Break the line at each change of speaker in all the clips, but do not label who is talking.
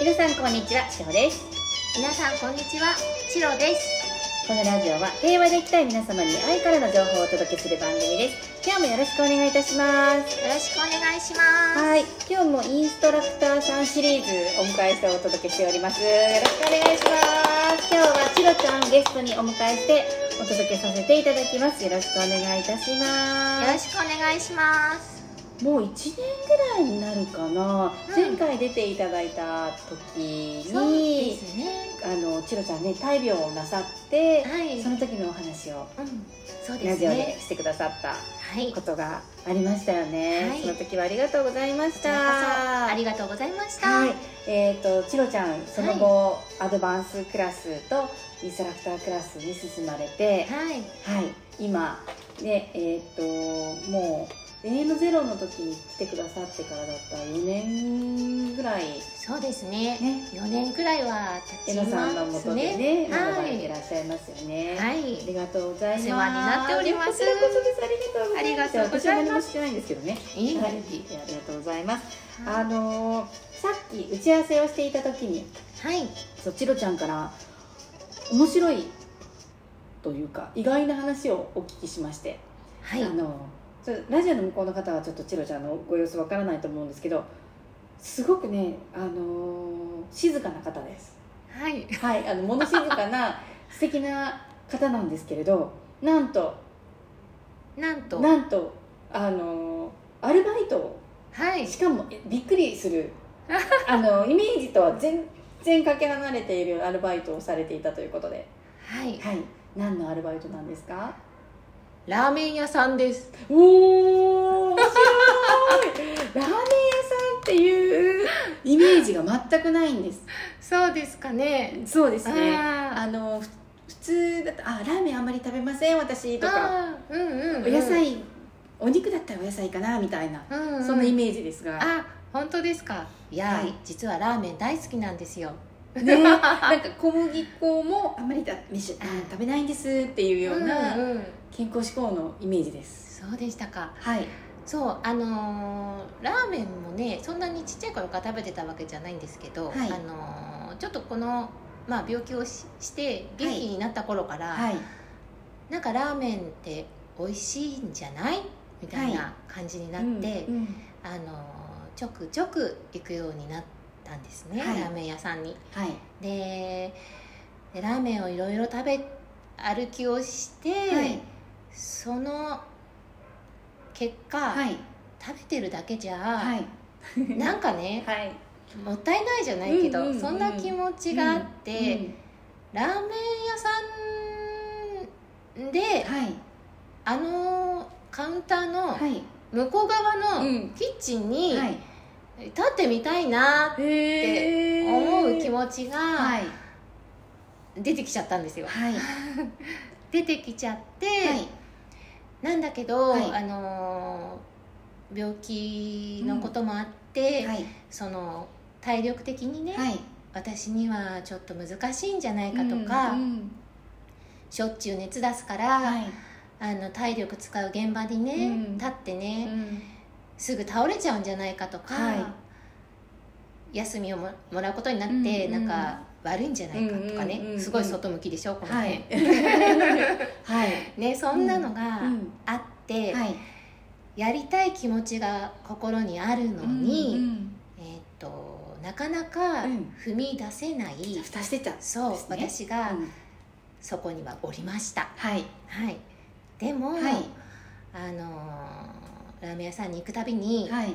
皆さんこんにちはしほです
皆さんこんにちはチロです
このラジオは平和でいきたい皆様に愛からの情報をお届けする番組です今日もよろしくお願いいたします
よろしくお願いします
はい今日もインストラクターさんシリーズお迎えしてお届けしておりますよろしくお願いします今日はチロちゃんをゲストにお迎えしてお届けさせていただきますよろしくお願いいたします
よろしくお願いします
もう1年ぐらいになるかな、
うん
前回出ていただいた時
そうで
に
すね
あのチロちゃんね大病をなさって、
はい
その時のお話を
うんそうで
ラ
す
ジオで
ね
してくださった
はい
ことがありましたよね、
はい
その時はありがとうございまし
こちらこ
た
そありがとうございました、
はい、えっ、とチロちゃんその後、アドバンスクラスとインストラクタークラスに進まれて、
はい
はい、今ねえっ、ともう AM0 の時に来てくださってからだったら4年ぐらい
そうですね
ね
4年くらいは経
え
ち
のさんの
ま
も
す
とで
ね
ね
はい
学ばれていらっしゃいますよね、
はい
ありがとうございます
お世話になっております
こちらこそですありがとうございます
ありがとうございます
私は何もしてないんですけどね
いい
は
わ
い
ね
ありがとうございますあ
は
のーさっき打ち合わせをしていた時に
い
そうチロちゃんから面白いというか意外な話をお聞きしまして、
はい
あのちょラジオの向こうの方はちょっとチロちゃんのご様子わからないと思うんですけどすごくね、あのー静かな方です
はい
はいあの物静かな素敵な方なんですけれどなんと
なんと
なんとあのーアルバイトを
はい
しかもえびっくりす るあのイメージとは全然かけ離れているアルバイトをされていたということで
はい
はい何のアルバイトなんですか
ラーメン屋さんです
おお面白いラーメン屋さんっていうイメージが全くないんです
そうですかね
そうですねあ
あ
のふ普通だと「あラーメンあんまり食べません私」
ー
とか
あーうん
「
うんうん、
お野菜、お肉だったらお野菜かな」みたいな、
うんうん、
そんなイメージですが
あ本当ですかいや、
はい
実はラーメン大好きなんですよ
ね、なんか小麦粉もあんまりだ飯あー食べないんですっていうよう
う
なん
うん
健康志向のイメージです。
そうでしたか
はい、
そうあのーラーメンもねそんなにちっちゃい頃から食べてたわけじゃないんですけど、
はい
あのーちょっとこの、まあ、病気をしして元気になった頃から、
はい、
なんかラーメンって美味しいんじゃないみたいな感じになって、
うんうん
あのーちょくちょく行くようになったんですね、
はい
ラーメン屋さんに。
はい、
ででラーメンをいろいろ食べ歩きをして、
はい、
その結果、
はい、
食べてるだけじゃ、
はい、
なんかね
はい、
もったいないじゃないけど、
うんうんうん
そんな気持ちがあって、
うん
ラーメン屋さんで
はい、
あのカウンターの
はい、
向こう側
う
の
ん
キッチンに
はい、
立ってみたいなって
え
思う気
持ち
持ち
は
が
い、
出てきちゃったんですよ、
はい、は
出てきちゃって、
い、
なんだけど、
はい
あのー病気のこともあって、
はい、
その体力的にね、
はい、
私にはちょっと難しいんじゃないかとか、
うんうん
しょっちゅう熱出すから、
はい、
あの体力使う現場にね、
うん
立ってね、
うん
すぐ倒れちゃうんじゃないかとか、
は
休みをももらうことになって、
うんうん
なんか悪いんじゃないかとか
う
ね、
んうんうん
すごい外向きでしょこの
はい
ね、、
はい、
ねそんなのが
うん
あって、
はい、
やりたい気持ちが心にあるのに、
うん
えーっとなかなか
うん
踏み出せない、
うん蓋してちゃう
そう、
ですね
私が
うん
そこにはおりました、
はい、
はい、でも、
はい、
あのーラーメン屋さんに行くたびに、
はい、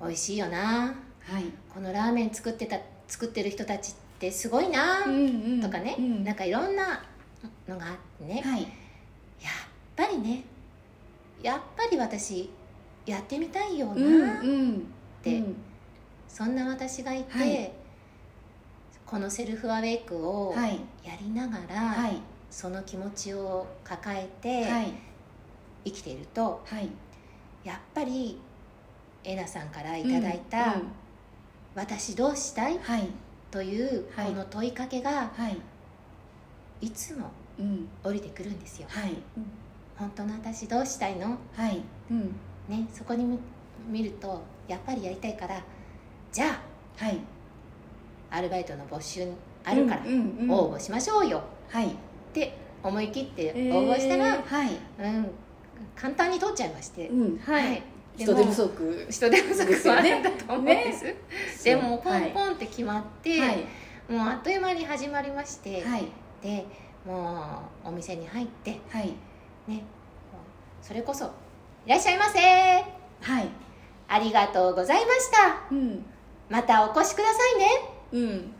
美味しいよな
はい。
このラーメン作ってた作ってる人たちってすごいな、とかね、
うん
なんかいろんなのがあってね、
はい、
やっぱりねやっぱり私やってみたいよな、
うん
て
うん
そんな私がいて、
はい
このセルフアウェイクを
はい
やりながら、
はい
その気持ちを抱えて
はい
生きていると、
はい
やっぱりえなさんからいただいた
うんうん
「私どうしたい?
はい」
という
はい
この問いかけが
はい
いつも
うん
降りてくるんですよ
はい
本当の私どうしたいの
はいうん
ねそこに見見るとやっぱりやりたいからじゃあ
はい
アルバイトの募集あるから
うんうんうん
応募しましょうよ
はい
って思い切って応募したら、
えーはい、
うん、簡単に通っちゃいまして、
うん、はい、
で
人
も
手不足
人手不足はあるんだと思うんです、でもポン
ン
ポンって決まって、
はい
もうあっという間に始まりまして、
はい
でもうお店に入って
はい
それこそ「いらっしゃいませ
はい
ありがとうございました
うん
またお越しくださいね
うん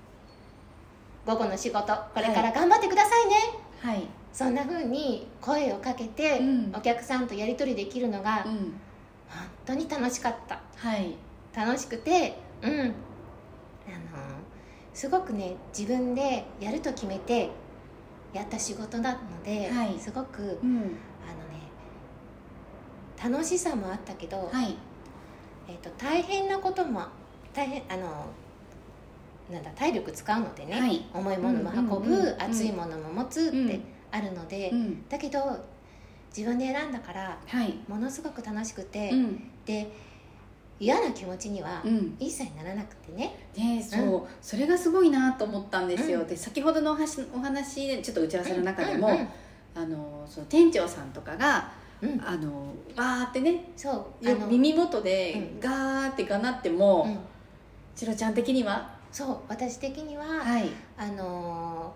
午後の仕事これから頑張ってくださいね」
はい
そんな風に声をかけて、
うん
お客さんとやり取りできるのが
う
本
ん
当に楽しかった
はい
楽しくてうんあのすごくね自分でやると決めてやった仕事なので、
はい
すごく
うん
あのね楽しさもあったけど、
はい
えっと大変なことも大変あのなんだ体力使うのでね、
はい
重いものも運ぶ、
うんうんうんうん
熱いものも持つっ
うん
てあるので、
うん
だけど自分で選んだから
はい
ものすごく楽しくて、
うん
で嫌な気持ちには
うん
一切ならなくてね、
ねえそう、それがすごいなと思ったんですよ、
うん
で先ほどのお話お話でちょっと打ち合わせの中でも、
うん
あのその店長さんとかが
うんうん
あのわーってね
そうあ
よ
の、
耳元で
うん
ガーってがなっても、
うん
チロちゃん的には
そう私的には、
い
あの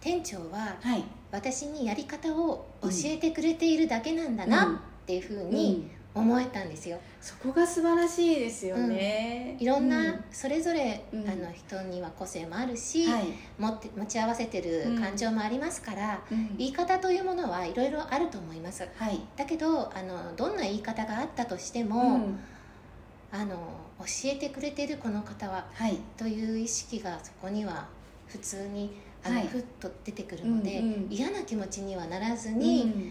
ー店長は
はい
私にやり方を教えてくれているだけなんだなっていうふうに
うん
思えたんですよ、
そこが素晴らしいですよね、
いろ
う
んなそれぞれ、
うん
あの人には個性もあるし、
はい、
持って持ち合わせてる感情もありますから、
うん
言い方というものはいろいろあると思います
はい
だけどあのどんな言い方があったとしても、
うん
あの教えてくれてるこの方は
はい
という意識がそこには普通にあの、
はい
ふっと出てくるので、
うんうん
嫌な気持ちにはならずに、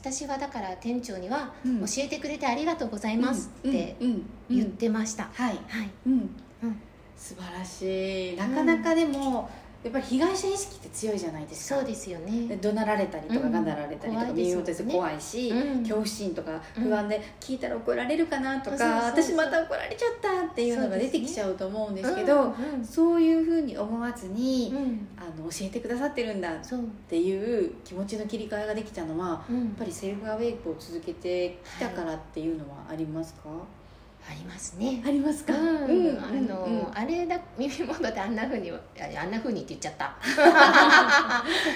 私はだから店長には
うん
「教えてくれてありがとうございます」って
うんうんうん
言ってました、
はい
はい
うん
うん
素晴らしいなかなかでも、やっぱり被害者意識って強いじゃないですか
そうですよね
で怒鳴られたりと
う
か
ん
がなられたりとか
怖い
見
ですよね
ようとして怖いし、
うん
恐怖心とか
うん
不安で聞いたら怒られるかなと
そうそうそう
か、私また怒られちゃったっていうのが
そうで
出
すね
てきちゃうと思うんですけどそう,、
うんうん
いうふうに思わずに、
うん
あの教えてくださってるんだっ
そう、
ていう気持ちの切り替えができたのはや
うん
っぱりセルフアウェイクを続けてきたからっていうのはありますか、
ありますね
ありますか、
うん
うん
あの、
うん
あれだ耳元であんなふうにああんなふうにって言っちゃった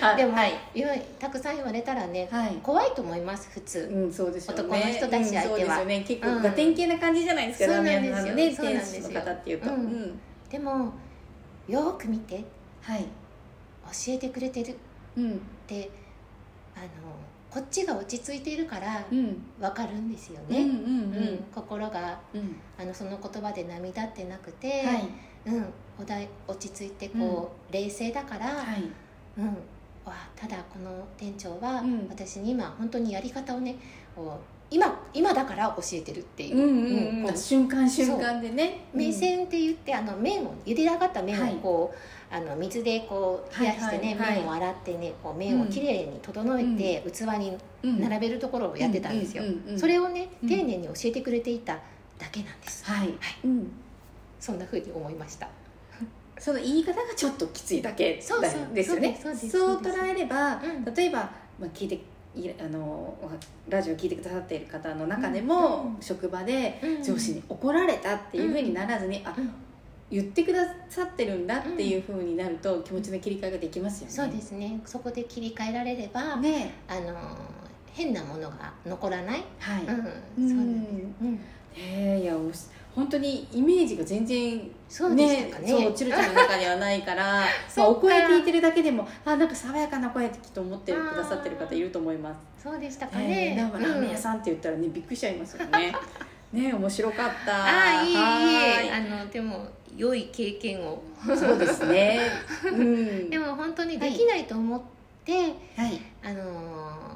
はい
でも、言わたくさん言われたらね
はい
怖いと思います普通、
うん、そうですよね
男の人だし相手
うん
は
そうですよね結
う
構
ん
が典型な感じじゃないですか、
そうなんですよ
ラーメン屋さんのね
そうなんですよ
店主の方っていうと、
うん
うん
でもよーく見て
はい、
教えてくれてるっ
うん
てあのこっちが落ち着いているから
うん
わかるんですよ
うん
ね、
うん
うん心が
うん
あのその言葉で波立ってなくて、
はい
うん、おだい落ち着いてこう、冷静だから、
はい
うん、わただこの店長は、
うん
私に今本当にやり方をねこう今今だから教えてるっていう、
うん
こ
うん
う
瞬間瞬間でね
目線って言ってあの麺を茹で上がった麺
はい
をこう、あの水でこう冷やしてね、
はいはいはい
麺を洗ってねこう麺をきれいに整えて、器に並べるところをやってたんですよ、そ
を
れをね
うん
丁寧に教えてくれていただけなんです、
はい、うん、
そんなふうに思いました
その言い方がちょっときついだけ
そう
だ
そう
ですよね
そうです
そう
そうです
捉えれば、
うん
例えば、まあ、聞いていあのラジオ聞いてくださっている方の中でも、
うんうん
職場で
うん
上司に怒られたっていうふうにならずに、あ
うん
言ってくださってるんだっていうふうになると、気持ちの切り替えができますよね。
そうですねそこで切り替えられれば、
ね
あのー変なものが残らない、
はい、
うん
うん
そうなんですうん
えーいやおし本当にイメージが全然
そうでしたかね
そうチルちゃんの中にはないから
そ
ま
っ
あ、
か
お声聞いてるだけでもあなんか爽やかな声ってきっと思ってくださってる方いると思います
そうでしたか
ね
ね、
えラーメン屋
ん
さんって言ったらねびっくりしちゃいますよ ねねえ面白かった
ああいえいえ
は
あのでも良い経験を
ーいそうですねうん
でも本当にできないと思って、
はい
あのー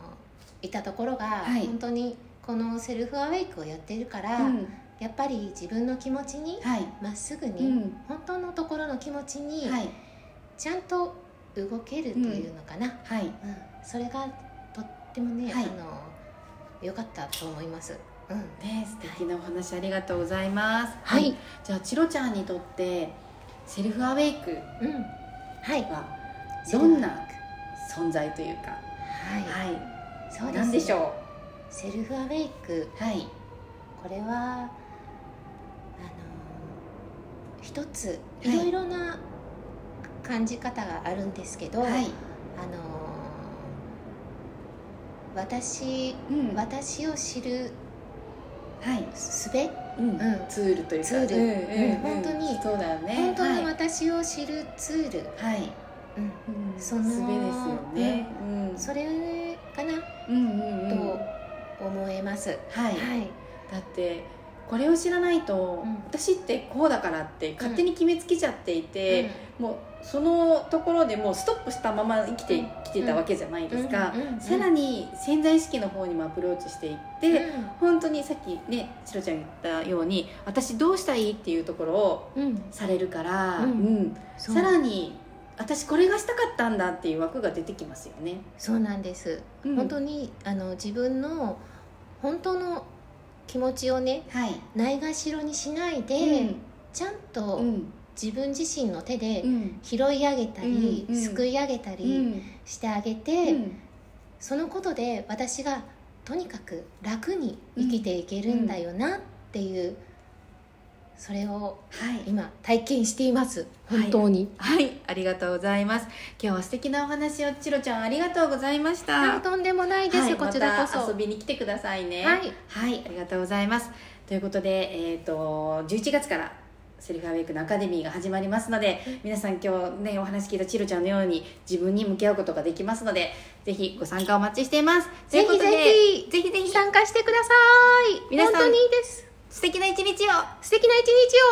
いたところが、
はい
本当にこのセルフアウェイクをやってるから、
うん
やっぱり自分の気持ちに
はい
まっすぐに、
うん
本当のところの気持ちに、
はい
ちゃんと動けるというのかな、
はい
うんそれがとってもね、
はい
あの良かったと思います、うん
ね、素敵なお話ありがとうございます。
はい、
じゃあチロちゃんにとってセルフアウェイク
うん、はい
はどんな存在というか、
は
はい
そう
い、
です
なんでしょ
セルフアウェイク
う。はい、
これはあの一つ
はい
いろいろな感じ方があるんですけど、
はい
あ、の私
うんは
私を知る
い、
すべ
うん
うん
ツールというか、
ツール
うん
うん本当に
そうだよね。
本当
は
の
い、
私を知るツール、
はい、
うん
うん
その
術ですよね。うん
それかな
うんうんうん
と思えます、
はい、
はい
だってこれを知らないと、
うん
私ってこうだからって勝手に決めつけちゃっていて、もうそのところでもうストップしたまま生きて
うん
きてたわけじゃないですか、さら
に
に潜在意識の方にもアプローチしていって、本当にさっきねしろちゃんが言ったように私どうしたいっていうところをされるから、
う
う
ん
ん
さ
さらに私これがしたかったんだっていう枠が出てきますよね。
そうなんです、
うん
本当にあの自分の本当の気持ちをね
はい、
ないがしろにしないで、ちゃん
う
と
ん
自分自身の手で
うん
拾い上げたり、
うんうん
すくい上げた
う
り
ん
してあげて、そのことで私がとにかく楽に生きていけるんだよなっていう、それを
はい
今体験しています
はい
本当に、
はい、ありがとうございます。今日は素敵なお話をチロちゃんありがとうございました。
あとんでもないです、
はい
こちらこそ
また遊びに来てくださいね。
はい、
はい、ありがとうございます。ということで、えっ、と11月からセルフアウェイクのアカデミーが始まりますので、皆さん今日ねお話聞いたチロちゃんのように自分に向き合うことができますので、ぜひご参加お待ちしています。
ぜひぜひ
ひぜひぜひ
参加してください
皆さん
本当にいいです
素敵な一日を。
素敵な一日を